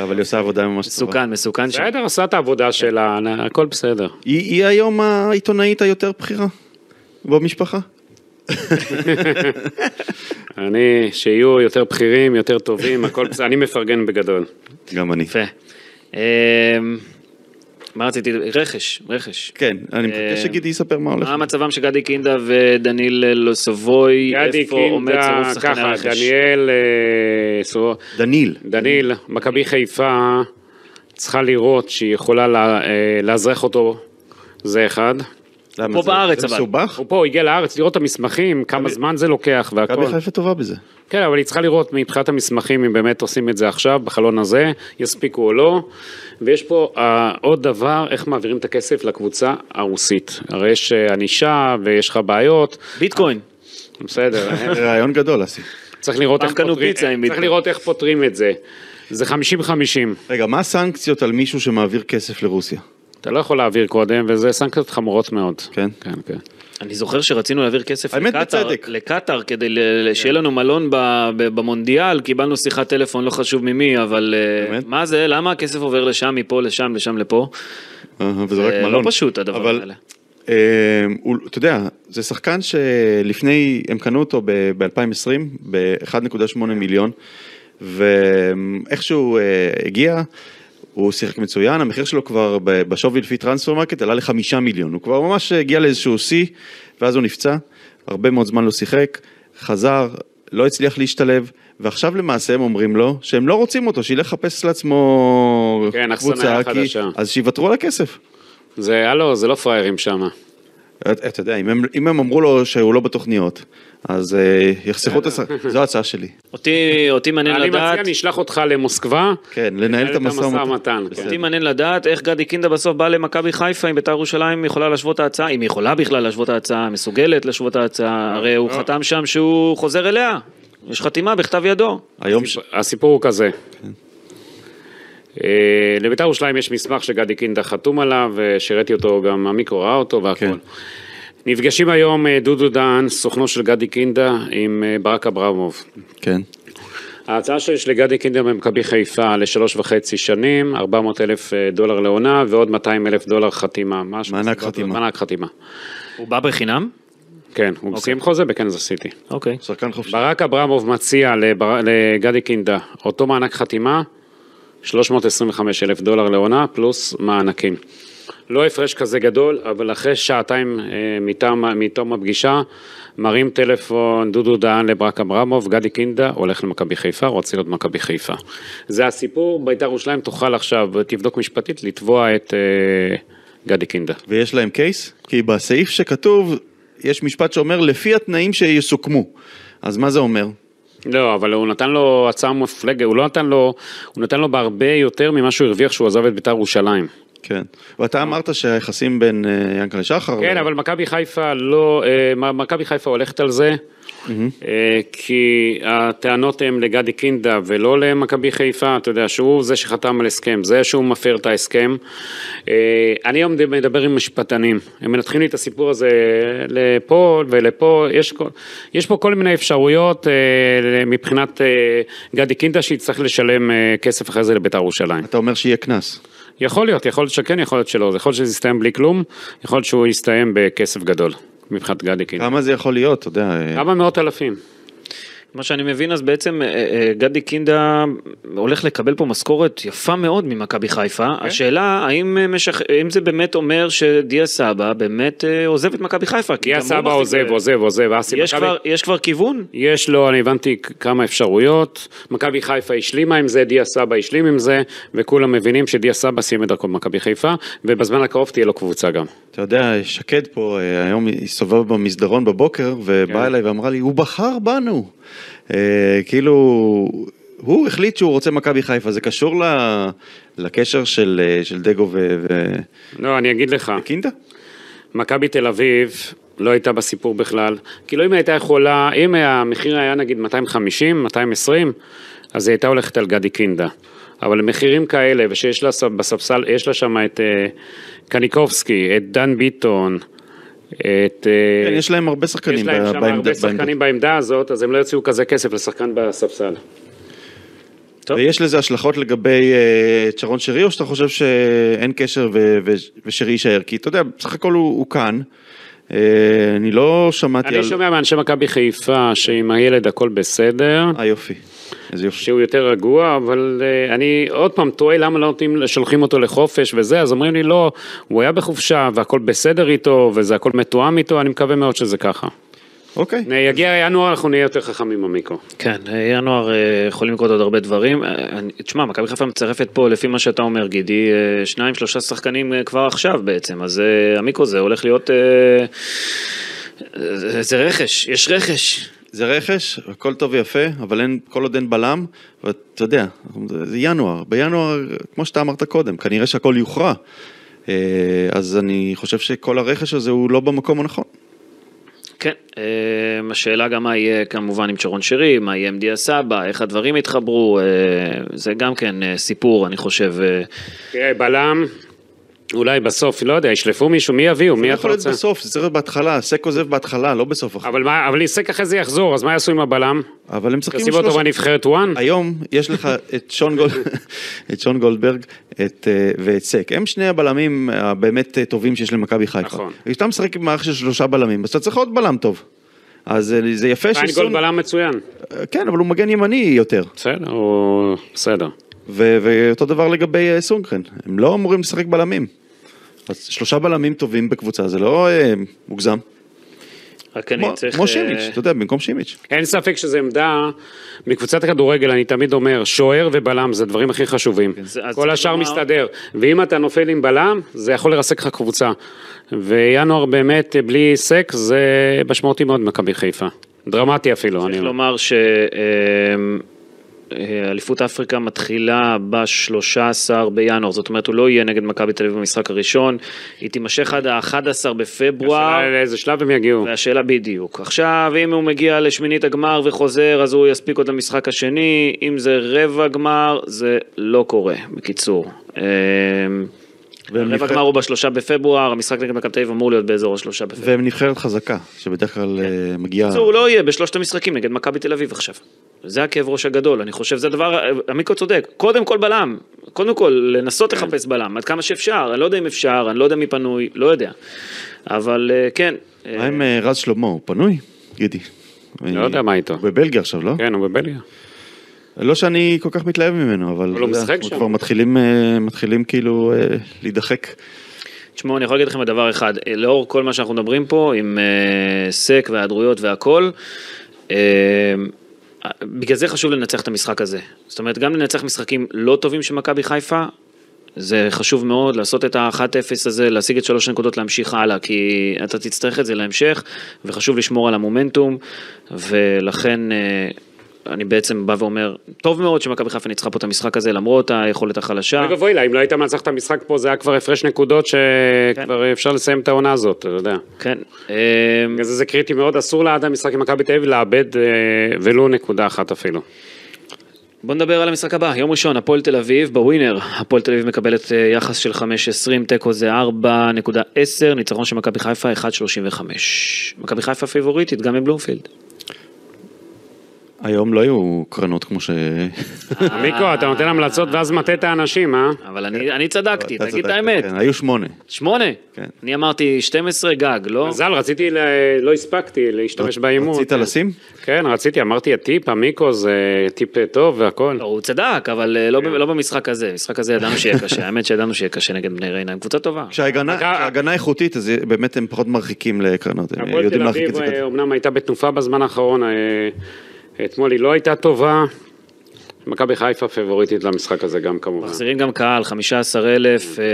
B: אבל היא עושה עבודה ממש טובה.
A: מסוכן, מסוכן שם.
C: בסדר, עשה את העבודה שלה, נ- הכל בסדר.
B: היא היא היום העיתונאית היותר בכירה במשפחה.
C: אני, שיהיו יותר בכירים, יותר טובים, הכל בסדר, אני מפרגן בגדול.
B: גם אני.
A: יפה. אמ, מה רציתי? רכש, רכש.
B: כן, אני
A: אה,
B: מחכה שגידי יספר מה הולך.
A: מה מצבם של גדי קינדה ודניל לוסבוי?
C: גדי
A: איפה עומד
C: קינדה,
A: צירוף שחקני
C: ככה,
A: הרכש?
C: דניאל, אה, סור-
B: דניל.
C: דניאל, מכבי חיפה צריכה לראות שהיא יכולה לה- אה, לאזרח אותו, זה אחד.
B: למה
A: פה
B: זה-
A: בארץ,
B: זה
A: אבל.
B: מסובך?
C: הוא פה, הוא הגיע לארץ לראות את המסמכים, כמה זמן זה לוקח והכל.
B: מכבי חיפה טובה בזה.
C: כן, אבל היא צריכה לראות מבחינת המסמכים אם באמת עושים את זה עכשיו, בחלון הזה, יספיקו או לא. ויש פה אה, עוד דבר, איך מעבירים את הכסף לקבוצה הרוסית. הרי יש אה, ענישה ויש לך בעיות,
A: ביטקוין.
C: בסדר, אה,
B: רעיון גדול, אסי.
C: צריך לראות
A: פעם
C: איך
A: קנו
C: פותרים-
A: פיצה עם
C: צריך
A: ביטקוין.
C: לראות איך פותרים את זה. זה 50-50,
B: רגע, מה הסנקציות על מישהו שמעביר כסף לרוסיה?
C: אתה לא יכול להעביר קודם, וזה סנקציות חמורות מאוד.
B: כן?
C: כן, כן.
A: אני זוכר שרצינו להעביר כסף
B: האמת,
A: לקטאר,
B: בצדק.
A: לקטאר כדי ל- ל- שיהיה לנו מלון ב- ב- במונדיאל, קיבלנו שיחת טלפון, לא חשוב ממי, אבל אה,
B: באמת?
A: מה זה, למה הכסף עובר לשם, מפה, לשם, לשם, לפה?
B: אה, וזה רק
A: אה,
B: מלון.
A: לא פשוט הדבר
B: אבל,
A: הזה.
B: אה, הוא- אתה יודע, זה שחקן שלפני, הם קנו אותו ב-2020,
A: כן.
B: ב-1.8 מיליון, ואיכשהו אה, הגיע, הוא שיחק מצוין, המחיר שלו כבר ב- בשווי לפי טרנספר מרקט עלה לחמישה מיליון, הוא כבר ממש הגיע לאיזשהו שיא, ואז הוא נפצע, הרבה מאוד זמן לא שיחק, חזר, לא הצליח להשתלב. ועכשיו למעשה הם אומרים לו שהם לא רוצים אותו, שילך לחפש לעצמו
C: כן, אכסניה
B: קבוצה, כי
C: חדשה.
B: אז שיוותרו על הכסף.
C: זה, הלו, זה לא פראיירים שם.
B: אתה אתה יודע, אם הם, אם הם אמרו לו שהוא לא בתוכניות, אז אה, יחסכו את השחק, זו ההצעה שלי.
A: אותי אותי מעניין
C: אני מציע,
A: לדעת,
C: אני אשלח אותך למוסקבה.
B: כן, לנהל את המשא ומתן.
C: כן.
A: אותי מעניין לדעת איך גדי קינדה בסוף בא למכבי חיפה, אם בית"ר ירושלים יכולה להשוות את ההצעה, אם היא יכולה בכלל להשוות את ההצעה, מסוגלת להשוות את ההצעה, הרי
C: אה.
A: הוא חתם שם שהוא חוזר אליה, יש חתימה בכתב ידו.
B: היום ש...
C: הסיפור הוא כזה.
B: כן.
C: אה, לבית"ר ירושלים יש מסמך שגדי קינדה חתום עליו, אה, שהראיתי אותו, גם המיקרו ראה אותו והכל.
B: כן.
C: נפגשים היום אה, דודו דהן, סוכנו של גדי קינדה, עם אה, ברק אברמוב.
B: כן.
C: ההצעה שיש לגדי קינדה ממכבי חיפה לשלוש וחצי שנים, 400 אלף אה, דולר לעונה ועוד 200 אלף דולר חתימה. משהו
B: מענק
C: בסביבות-
B: חתימה.
C: מענק חתימה.
A: הוא בא בחינם?
C: כן, הוא סיים חוזה בקנזס סיטי.
A: אוקיי.
B: שחקן חופשי.
C: ברק אברמוב מציע לבר... לגדי קינדה אותו מענק חתימה 325 אלף דולר לעונה, פלוס מענקים. לא הפרש כזה גדול, אבל אחרי שעתיים אה, מטעם, מתום הפגישה, מרים טלפון דודו דהן לברק אברמוב, גדי קינדה הולך למכבי חיפה, רוצה להיות מכבי חיפה. זה הסיפור, בית"ר ירושלים תוכל עכשיו, תבדוק משפטית, לתבוע את אה, גדי קינדה.
B: ויש להם קייס? כי בסעיף שכתוב, יש משפט שאומר, לפי התנאים שיסוכמו. אז מה זה אומר?
C: לא, אבל הוא נתן לו הצעה מפלגת, הוא לא נתן לו, הוא נתן לו בהרבה יותר ממה שהוא הרוויח כשהוא עזב את בית"ר ירושלים.
B: כן. ואתה אמרת שהיחסים בין אה, ינקלה שחר...
C: אה. כן,
B: ל-
C: אבל מכבי חיפה לא, אה, מ- מכבי חיפה הולכת על זה, אה, כי הטענות הן לגדי קינדה ולא למכבי חיפה, אתה יודע, שהוא זה שחתם על הסכם, זה שהוא מפר את ההסכם. אה, אני היום מדבר עם משפטנים, הם מנתחים לי את הסיפור הזה לפה ולפה, יש, כל- יש פה כל מיני אפשרויות אה, מבחינת אה, גדי קינדה שיצטרך לשלם אה, כסף אחרי זה לבית"ר ירושלים.
B: אתה אומר שיהיה קנס.
C: כן. יכול להיות, יכול להיות שכן, יכול להיות שלא, זה יכול להיות שזה יסתיים בלי כלום, יכול להיות שהוא יסתיים בכסף גדול, מבחינת גדי קינדה.
B: כמה זה יכול להיות, אתה יודע... אה,
C: כמה מאות אלפים.
A: מה שאני מבין אז בעצם אה, אה, גדי קינדה הולך לקבל פה משכורת יפה מאוד ממכבי חיפה.
C: כן.
A: השאלה האם, אה, משח... האם זה באמת אומר שדיה סבא באמת אה, עוזב את מכבי חיפה. כי
C: יא
A: גם הוא
C: סבא
A: מחזיק
C: עוזב,
A: ב-
C: עוזב, עוזב, אסי
A: יש
C: מכבי-
A: כבר, יש כבר כיוון?
C: יש לו, אני הבנתי כ- כמה אפשרויות, מכבי חיפה השלימה עם זה, דיה סבא השלים עם זה, וכולם מבינים שדיה סבא סיים את דרכו במכבי חיפה, ובזמן הקרוב תהיה לו קבוצה גם.
B: אתה יודע, שקד פה, אה, היום היא הסתובבה במסדרון בבוקר,
C: כן.
B: ובאה אליי ואמרה לי, הוא בחר בנו. אה, כאילו, הוא החליט שהוא רוצה מכבי חיפה, זה קשור ל- לקשר של אה, של דגו וקינדה?
C: לא, אני אגיד לך. מכבי תל אביב לא הייתה בסיפור בכלל. כאילו אם היא הייתה יכולה, אם המחיר היה נגיד 250, 220, אז היא הייתה הולכת על גדי קינדה. אבל מחירים כאלה, ושיש לה ס- בספסל, יש לה שם את אה, קניקובסקי, את דן ביטון, את... אה,
B: כן, יש להם הרבה שחקנים
C: יש להם
B: ב-
C: שם
B: בעמדה-
C: הרבה שחקנים בעמדה הזאת, אז הם לא יוציאו כזה כסף לשחקן בספסל.
A: טוב.
B: ויש לזה השלכות לגבי אה, את שרון שרי, או שאתה חושב שאין קשר ו- ו- ושרי יישאר? כי אתה יודע, בסך הכל הוא הוא כאן. אה, אני לא שמעתי
C: אני
B: על...
C: שומע מאנשי מכבי חיפה שעם הילד הכל בסדר.
B: אה, יופי. איזה יופי.
C: שהוא יותר רגוע, אבל אה, אני עוד פעם תוהה למה לא נותנים, שולחים אותו לחופש וזה, אז אומרים לי לא, הוא היה בחופשה והכל בסדר איתו וזה הכל מתואם איתו, אני מקווה מאוד שזה ככה.
B: אוקיי.
C: נה, יגיע ינואר, אנחנו נהיה יותר חכמים עמיקו.
A: כן, אה, ינואר אה, יכולים לקרות עוד הרבה דברים. אה, אני- תשמע, מכבי חיפה מצרפת פה, לפי מה שאתה אומר, גידי, אה, שניים, שלושה שחקנים אה, כבר עכשיו בעצם, אז אה, המיקרו זה הולך להיות... אה, אה, זה זה רכש, יש רכש.
B: זה רכש, הכל טוב ויפה, אבל אין, כל עוד אין בלם, ואתה יודע, זה זה ינואר, בינואר, כמו שאתה אמרת קודם, כנראה שהכל יוכרע. אה, אז אני חושב שכל הרכש הזה הוא לא במקום הנכון.
A: כן, אה, השאלה גם מה יהיה כמובן עם שרון שרי, מה יהיה עם דיה סבא, איך הדברים יתחברו, אה, זה גם כן אה, סיפור, אני חושב. אה,
C: תראה, בלם, אולי בסוף, לא יודע, ישלפו מישהו, מי יביאו,
B: זה
C: מי אתה
B: יכול להיות
C: רוצה?
B: בסוף, זה צריך להיות בהתחלה, סק עוזב בהתחלה, לא בסוף החיים.
C: אבל מה- אבל עיסק אחרי זה יחזור, אז מה יעשו עם הבלם?
B: אבל הם משחקים עם
C: ישימו אותו
B: כאילו שלושה. אה,
C: בנבחרת 1?
B: היום יש לך את שון, גול... את שון גולדברג את, אה, ואת סק, הם שני הבלמים הבאמת אה, טובים שיש למכבי חיפה.
C: נכון.
B: כשאתה משחק עם מערך של שלושה בלמים, אז אתה צריך עוד בלם טוב. אז אה, זה יפה
C: פיינגולד בלם מצוין.
B: כן, אבל הוא מגן ימני יותר.
C: בסדר, הוא... בסדר.
B: ו- ואותו דבר לגבי אה, סונגרן, הם לא אמורים לשחק בלמים. אז שלושה בלמים טובים בקבוצה, זה לא אה, מוגזם.
A: רק אני
B: כמו-
A: צריך...
B: כמו
A: אה, כן.
B: שימיץ', אתה יודע, במקום שימיץ'.
C: אין ספק שזו עמדה, מקבוצת הכדורגל אני תמיד אומר, שוער ובלם זה הדברים הכי חשובים.
A: כן, זה- אז
C: כל
A: צריך
C: השאר
A: לומר-
C: מסתדר, ואם אתה נופל עם בלם, זה יכול לרסק לך קבוצה. וינואר באמת אה, בלי סק זה משמעותי מאוד במכבי חיפה. דרמטי אפילו, אני
A: צריך
C: אומר.
A: לומר שאליפות אפריקה מתחילה ב-13 בינואר, זאת אומרת הוא לא יהיה נגד מכבי תל אביב במשחק הראשון, היא תימשך עד ה-11 בפברואר.
C: השאלה לאיזה שלב הם יגיעו.
A: והשאלה בדיוק. עכשיו, אם הוא מגיע לשמינית הגמר וחוזר, אז הוא יספיק עוד למשחק השני, אם זה רבע גמר, זה לא קורה, בקיצור. אמ, רבע
B: נבחרת-
A: גמר הוא בשלושה בפברואר, המשחק נגד מכבי תל אביב אמור להיות באזור השלושה בפברואר.
B: והם נבחרת חזקה, שבדרך כלל
A: כן.
B: אה, מגיעה...
A: בקיצור, לא יהיה בשלושת המשחקים נגד מכבי תל אביב עכשיו. זה הכאב ראש הגדול, אני חושב, זה הדבר, עמיקו צודק, קודם כל בלם, קודם כל
B: כן.
A: לנסות לחפש בלם, עד כמה שאפשר, אני לא יודע אם אפשר, אני לא יודע מי פנוי, לא יודע. אבל אה, כן, אה,
B: מה עם אה, רז שלמה, הוא פנוי? גידי.
C: לא יודע מה איתו.
B: הוא בבלגיה עכשיו, לא?
A: אה.
C: כן, הוא כן, בבלגיה.
B: לא שאני כל כך מתלהב ממנו, אבל...
C: אבל הוא
B: אתה יודע,
C: משחק
B: אנחנו
C: שם.
B: כבר מתחילים, אה, מתחילים כאילו אה, להידחק.
A: תשמעו, אני יכול להגיד לכם דבר אחד, אה, לאור כל מה שאנחנו מדברים פה, עם אה, סק והיעדרויות והכל, אה, אה, בגלל זה חשוב לנצח את המשחק הזה. זאת אומרת, גם לנצח משחקים לא טובים של מכבי חיפה, זה חשוב מאוד לעשות את ה-1-0 הזה, להשיג את שלוש הנקודות, להמשיך הלאה, כי אתה תצטרך את זה להמשך, וחשוב לשמור על המומנטום, ולכן... אה, אני בעצם בא ואומר, טוב מאוד שמכבי חיפה ניצחה פה את המשחק הזה למרות היכולת החלשה.
C: אגב, אוי לה, אם לא היית מנצח את המשחק פה, זה היה כבר הפרש נקודות שכבר אפשר לסיים את העונה הזאת, אתה יודע.
A: כן. אה,
C: בגלל זה זה קריטי מאוד, אסור לאדם משחק עם מכבי תל אביב לאבד אה, ולו נקודה אחת אפילו.
A: בוא נדבר על המשחק הבא, יום ראשון, הפועל תל אביב בווינר. הפועל תל אביב מקבלת אה, יחס של 5.20, תיקו זה 4.10, ניצחון של מכבי חיפה 1.35. מכבי חיפה פיבוריטית, גם בבלומפילד.
B: היום לא היו קרנות כמו ש...
C: מיקו, אתה נותן המלצות ואז מטה את האנשים, אה?
A: אבל אני אני צדקתי,
B: אתה
A: תגיד את
B: צדקת,
A: האמת.
B: כן, היו שמונה.
A: שמונה.
B: כן.
A: אני אמרתי 12 גג, לא?
C: מזל, רציתי, ל... לא הספקתי להשתמש באימון.
B: רצית
C: כן.
B: לשים?
C: כן, רציתי, אמרתי, הטיפ, המיקו זה טיפ אה, טוב והכל.
A: לא, הוא צדק, אבל אה, לא ב- לא במשחק הזה. במשחק הזה ידענו שיהיה קשה, האמת שידענו שיהיה קשה נגד בני ריינה, הם קבוצה טובה.
B: כשההגנה
C: אגב,
B: כשההגנה איכותית, אז באמת הם פחות מרחיקים לקרנות, הם
C: הפועל
B: יודעים
C: תל
B: להרחיק את
C: אביב
B: זה
C: אה,
B: קדימה.
C: אומנם הייתה בתנופה בזמן האחרון, אה, אתמול היא לא הייתה טובה. מכבי חיפה פבוריטית למשחק הזה גם כמובן.
A: מחזירים גם קהל, 15,000. אה,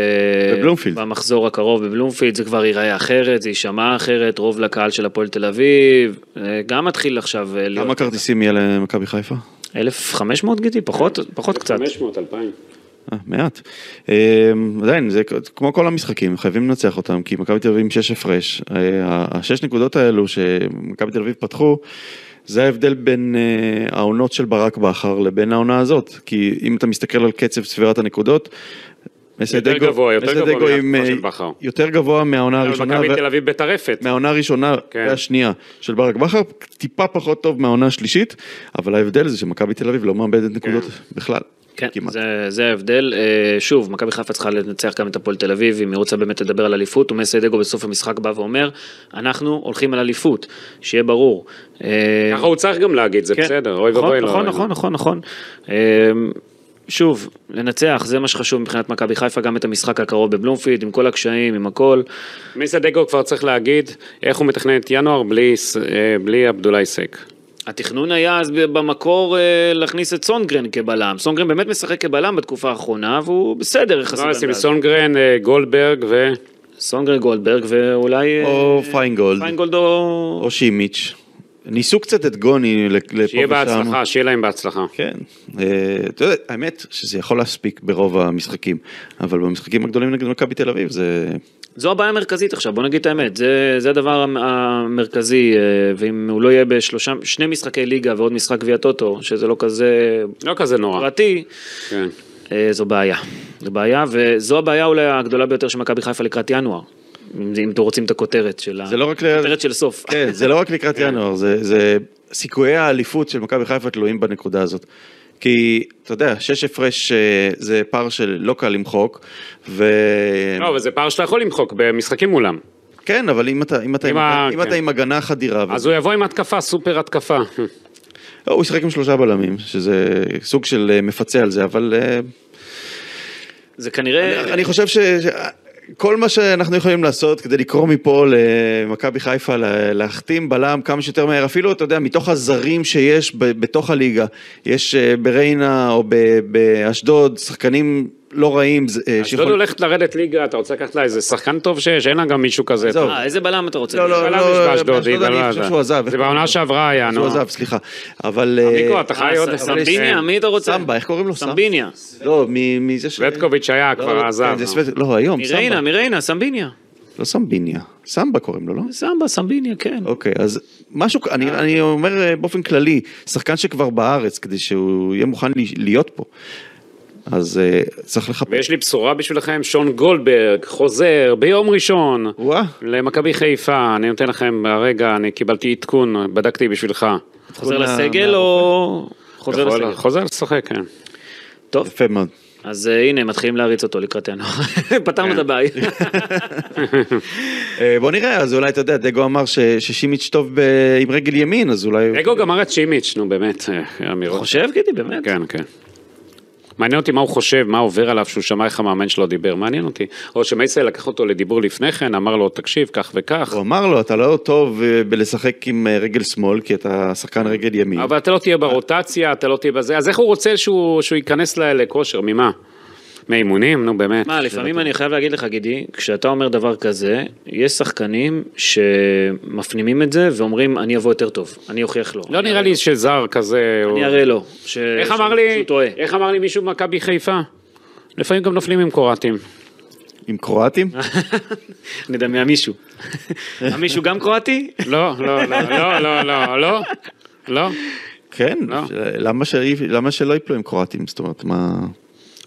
B: בבלומפילד.
A: במחזור הקרוב בבלומפילד, זה כבר ייראה אחרת, זה יישמע אחרת, רוב לקהל של הפועל תל אביב, אה, גם מתחיל עכשיו אה,
B: כמה
A: להיות
B: כרטיסים יהיה למכבי חיפה?
A: 1,500 גידי, פחות,
B: כן,
A: פחות קצת.
C: 500, 2,000.
B: אה, מעט. אה, עדיין, זה כ- כמו כל המשחקים, חייבים לנצח אותם, כי מכבי תל אביב עם שש הפרש. אה, ה- השש נקודות האלו שמכבי תל אביב פתחו, זה ההבדל בין אה, העונות של ברק בכר לבין העונה הזאת. כי אם אתה מסתכל על קצב צבירת הנקודות, מסיידגו-
C: גבוה, יותר
B: מסיידגו
C: גבוה
B: עם,
C: מהתקופה של
B: אה,
C: בכר.
B: יותר גבוה מהעונה
C: אבל
B: הראשונה.
C: מכבי
B: ו-
C: תל אביב בטרפת.
B: מהעונה הראשונה
C: כן.
B: והשנייה של ברק בכר, טיפה פחות טוב מהעונה השלישית, אבל ההבדל זה שמכבי תל אביב לא מאבדת נקודות בכלל.
A: כן,
B: כמעט.
A: זה, זה ההבדל. אה, שוב, מכבי חיפה צריכה לנצח גם את הפועל תל אביב, אם היא רוצה באמת לדבר על אליפות, ומסיידגו בסוף המשחק בא ואומר, אנחנו הולכים על אליפות, שיהיה ברור. אה,
C: ככה הוא צריך גם להגיד, זה
A: כן.
C: בסדר, אוי
A: נכון,
C: ואבוי. לו.
A: נכון, נכון, נכון, נכון. אמ, שוב, לנצח, זה מה שחשוב מבחינת מכבי חיפה, גם את המשחק הקרוב בבלומפילד, עם כל הקשיים, עם הכל.
C: מיסה דגו כבר צריך להגיד איך הוא מתכנן את ינואר בלי, ס- אה, בלי עבדולאי סק.
A: התכנון היה אז במקור אה, להכניס את סונגרן כבלם. סונגרן באמת משחק כבלם בתקופה האחרונה, והוא בסדר יחסית.
C: לא,
A: לעמדה
C: עושים
A: הזאת.
C: סונגרן, אה, גולדברג ו...
A: סונגרן גולדברג, ואולי... אה,
B: או פיינגולד,
A: פיינגולד או...
B: או שימיץ'. ניסו קצת את גוני לפה ושם.
C: שיהיה בהצלחה, שיהיה להם בהצלחה.
B: כן. אה, אתה יודע, האמת שזה יכול להספיק ברוב המשחקים, אבל במשחקים הגדולים נגד מכבי תל אביב זה...
A: זו הבעיה המרכזית עכשיו, בוא נגיד את האמת, זה, זה הדבר המ- המרכזי, אה, ואם הוא לא יהיה בשלושה, שני משחקי ליגה ועוד משחק גביע טוטו, שזה לא כזה
C: לא כזה נורא.
A: פרטי,
C: כן.
A: אה, זו בעיה. זו בעיה, וזו הבעיה אולי הגדולה ביותר של מכבי חיפה לקראת ינואר. אם זה- אם אתם רוצים את הכותרת של ה...
B: זה לא רק ל-
A: הכותרת של סוף.
B: כן, זה לא רק לקראת ינואר, זה, זה סיכויי האליפות של מכבי חיפה תלויים בנקודה הזאת. כי, אתה יודע, שש הפרש אה, זה פער שלא קל למחוק, ו...
C: לא, אבל זה פער שאתה יכול למחוק במשחקים מולם.
B: כן, אבל אם אתה, אם אתה,
C: עם
B: עם,
C: ה-
B: אם
C: כן.
B: אתה עם הגנה חדירה, ו...
C: אז הוא יבוא עם התקפה, סופר התקפה.
B: לא, הוא ישחק עם שלושה בלמים, שזה סוג של אה, מפצה על זה, אבל אה,
A: זה כנראה...
B: אני חושב ש... ש- כל מה שאנחנו יכולים לעשות כדי לקרוא מפה למכבי חיפה, לה- להחתים בלם כמה שיותר מהר, אפילו, אתה יודע, מתוך הזרים שיש ב- בתוך הליגה, יש אה, בריינה או ב- באשדוד, שחקנים לא רעים, זה- אה,
C: אשדוד הולכת לרדת ליגה, אתה רוצה לקחת לה איזה שחקן טוב שיש, אין לה גם מישהו כזה.
B: עזוב.
A: אה, איזה בלם אתה רוצה?
B: לא, לא,
C: בלם
B: לא,
C: יש באשדוד,
B: באשדוד
C: היא
B: אני
C: בלם.
B: חושב שהוא עזב.
C: זה בעונה שעברה היה, נו.
B: שהוא עזב, סליחה. אבל... אה,
C: מיקו, אתה חי
A: אה,
C: עוד...
A: ס- סמביניה? מי אתה רוצה?
B: סמבה, איך קוראים לו?
A: סמביניה.
B: לא, מ- מזה ש...
C: וטקוביץ' היה,
B: לא,
C: כבר
B: לא,
C: עזב.
B: זה סווט- לא, היום,
A: מריינה,
B: סמבה.
A: מריינה, סמביניה.
B: לא סמביניה. סמבה קוראים לו, לא?
A: סמבה, סמביניה, כן.
B: אוקיי, אז משהו, אני, אני אומר אה, באופן כללי, שחקן שכבר בארץ, כדי שהוא יהיה מוכן לי- להיות פה, אז אה, צריך לחפש.
C: ויש לי בשורה בשבילכם, שון גולדברג חוזר ביום ראשון
B: וואה,
C: למכבי חיפה, אני נותן לכם הרגע, אני קיבלתי עדכון, בדקתי בשבילך.
A: חוזר
B: תכונה
A: לסגל או... חוזר
C: יכול-
A: לסגל.
C: חוזר לשחק, כן.
A: טוב,
B: יפה מאוד.
A: אז אה, הנה, מתחילים להריץ אותו לקראתנו. פתרנו
B: כן.
A: את הבעיה.
B: אה, בוא נראה, אז אולי אתה יודע, דגו אמר ש- ששימיץ' טוב ב- עם רגל ימין, אז אולי...
C: אגו גמר את שימיץ', נו באמת, אה, אמירות.
A: חושב, גידי, באמת?
C: כן, כן. מעניין אותי מה הוא חושב, מה עובר עליו שהוא שמע איך המאמן שלו דיבר, מעניין אותי. או שמייסל לקח אותו לדיבור לפני כן, אמר לו, תקשיב, כך וכך,
B: הוא אמר לו, אתה לא טוב אה, בלשחק עם אה, רגל שמאל, כי אתה שחקן רגל ימין.
C: אבל אתה לא תהיה ברוטציה, אתה לא תהיה בזה, אז איך הוא רוצה שהוא שהוא ייכנס ל- לכושר, ממה? מאימונים? נו באמת.
A: מה, לפעמים אני חייב להגיד לך, גידי, כשאתה אומר דבר כזה, יש שחקנים שמפנימים את זה ואומרים, אני אבוא יותר טוב, אני אוכיח לו.
C: לא נראה לי שזר כזה... הוא-
A: אני אראה לו. ש-
C: איך
A: שהוא-
C: אמר לי,
A: שהוא טועה.
C: איך אמר לי מישהו במכבי חיפה? לפעמים גם נופלים עם קורטים.
B: עם קרואטים?
C: אה,
A: נדמה מישהו. המישהו גם קרואטי?
C: לא, לא, לא, לא, לא, לא, לא, לא.
B: כן,
C: לא.
B: ש- למה שאי- למה שלא ייפלו עם קרואטים? זאת אומרת, מה...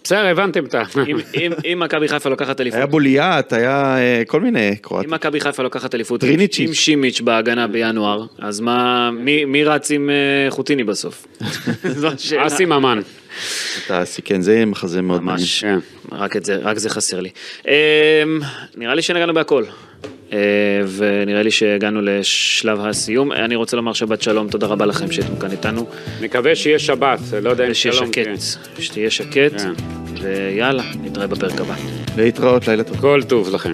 C: בסדר, הבנתם את ה...
A: אם- אם- אם מכבי חיפה לוקחת
B: היה
A: אליפות,
B: בוליאט, היה אה, כל מיני קרואטים.
A: אם מכבי חיפה לוקחת אליפות
B: טריניצ'יץ'.
A: עם שימיץ' בהגנה בינואר, אז מה, מי- מי רץ עם אה, חוטיני בסוף? זו השאלה.
C: אסי ממן.
B: אתה סיכן, זה מחזה מאוד מעניין.
A: ממש, כן,
C: מעניין.
A: רק את זה, רק זה חסר לי. אמ, נראה לי שנגענו בהכל, אה, ונראה לי שהגענו לשלב הסיום. אני רוצה לומר שבת שלום, תודה רבה לכם שהייתם כאן איתנו,
C: נקווה שיהיה שבת, לא יודע אם
A: ושיהיה
C: כן, שלום.
A: שקט,
C: כן.
A: שתהיה שקט,
C: כן.
A: ויאללה, נתראה בפרק הבא.
B: להתראות, לילה טוב.
C: כל טוב לכם.